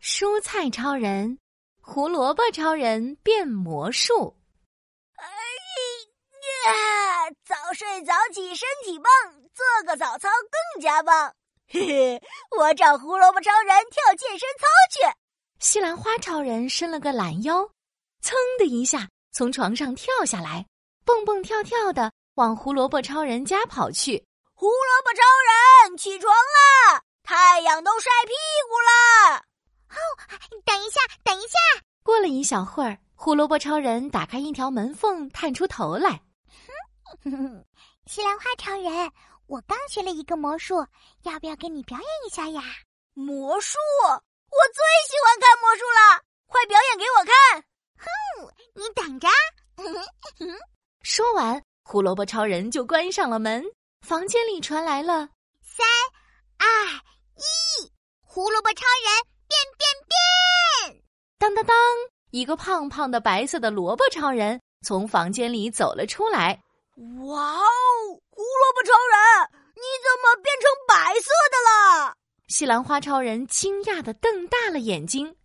蔬菜超人、胡萝卜超人变魔术。哎呀，早睡早起身体棒，做个早操更加棒。嘿嘿，我找胡萝卜超人跳健身操去。西兰花超人伸了个懒腰，噌的一下从床上跳下来，蹦蹦跳跳的往胡萝卜超人家跑去。胡萝卜超人，起床啦！太阳都晒屁股啦！等一下，等一下， 过了一小会儿，胡萝卜超人打开一条门缝，探出头来。西兰花超人，我刚学了一个魔术，要不要给你表演一下呀？魔术，我最喜欢看魔术了，快表演给我看！你等着，说完，胡萝卜超人就关上了门。房间里传来了二一，胡萝卜超人变变变！当当当，一个胖胖的白色的萝卜超人从房间里走了出来。哇哦，胡萝卜超人，你怎么变成白色的了？西兰花超人惊讶的瞪大了眼睛，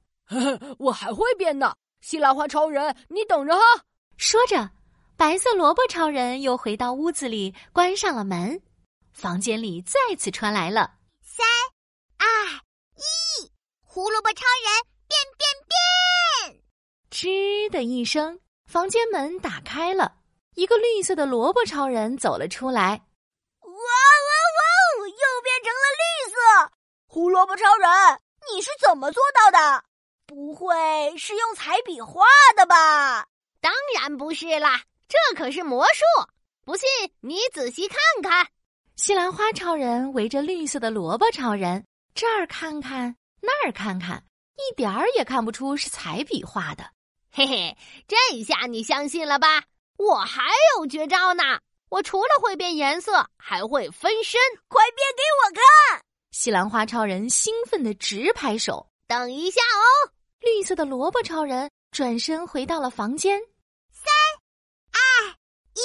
我还会变呢！西兰花超人，你等着哈！说着，白色萝卜超人又回到屋子里，关上了门。房间里再次传来了。二一，胡萝卜超人变变变！吱的一声，房间门打开了，一个绿色的萝卜超人走了出来。哇哇哇！又变成了绿色。胡萝卜超人，你是怎么做到的？不会是用彩笔画的吧？当然不是啦，这可是魔术！不信你仔细看看。西兰花超人围着绿色的萝卜超人，这儿看看那儿看看，一点儿也看不出是彩笔画的。嘿嘿，这下你相信了吧？我还有绝招呢！我除了会变颜色，还会分身。快变给我看！西兰花超人兴奋的直拍手。等一下哦，绿色的萝卜超人转身回到了房间。三、二、一，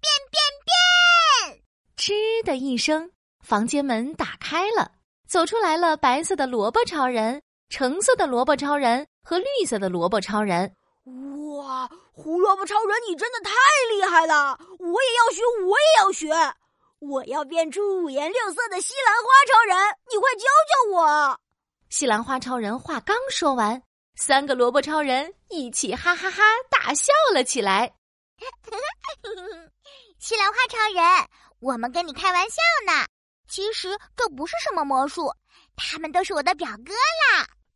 变变变！吱的一声，房间门打开了，走出来了白色的萝卜超人、橙色的萝卜超人和绿色的萝卜超人。哇，胡萝卜超人，你真的太厉害了！我也要学，我也要学，我要变出五颜六色的西兰花超人，你快教教我！西兰花超人话刚说完，三个萝卜超人一起哈哈哈大笑了起来。西兰花超人，我们跟你开玩笑呢。其实这不是什么魔术，他们都是我的表哥。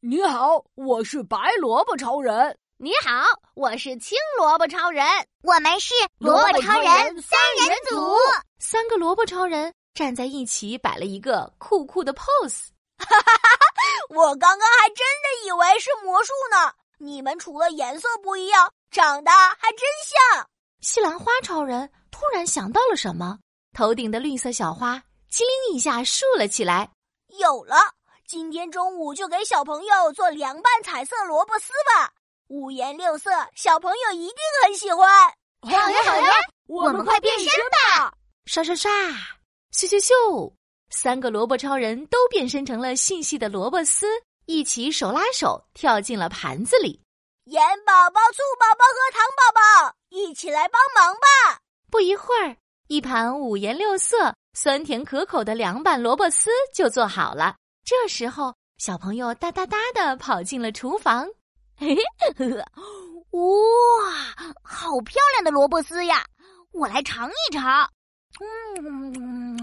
你好，我是白萝卜超人。你好，我是青萝卜超人。我们是萝卜超人三人组。三个萝卜超人站在一起，摆了一个酷酷的 pose。我刚刚还真的以为是魔术呢。你们除了颜色不一样，长得还真像。西兰花超人突然想到了什么，头顶的绿色小花机灵一下竖了起来。有了，今天中午就给小朋友做凉拌彩色萝卜丝吧，五颜六色，小朋友一定很喜欢。好 呀好呀，我们快变身吧！刷刷刷，咻咻咻！三个萝卜超人都变身成了细细的萝卜丝，一起手拉手跳进了盘子里。盐宝宝、醋宝宝和糖宝宝一起来帮忙吧！不一会儿，一盘五颜六色、酸甜可口的凉拌萝卜丝就做好了。这时候，小朋友哒哒哒的跑进了厨房。哇，好漂亮的萝卜丝呀！我来尝一尝。嗯，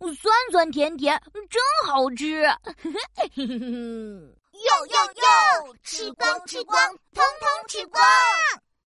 嗯，酸酸甜甜，真好吃。哟哟哟，吃光吃光，通通吃光。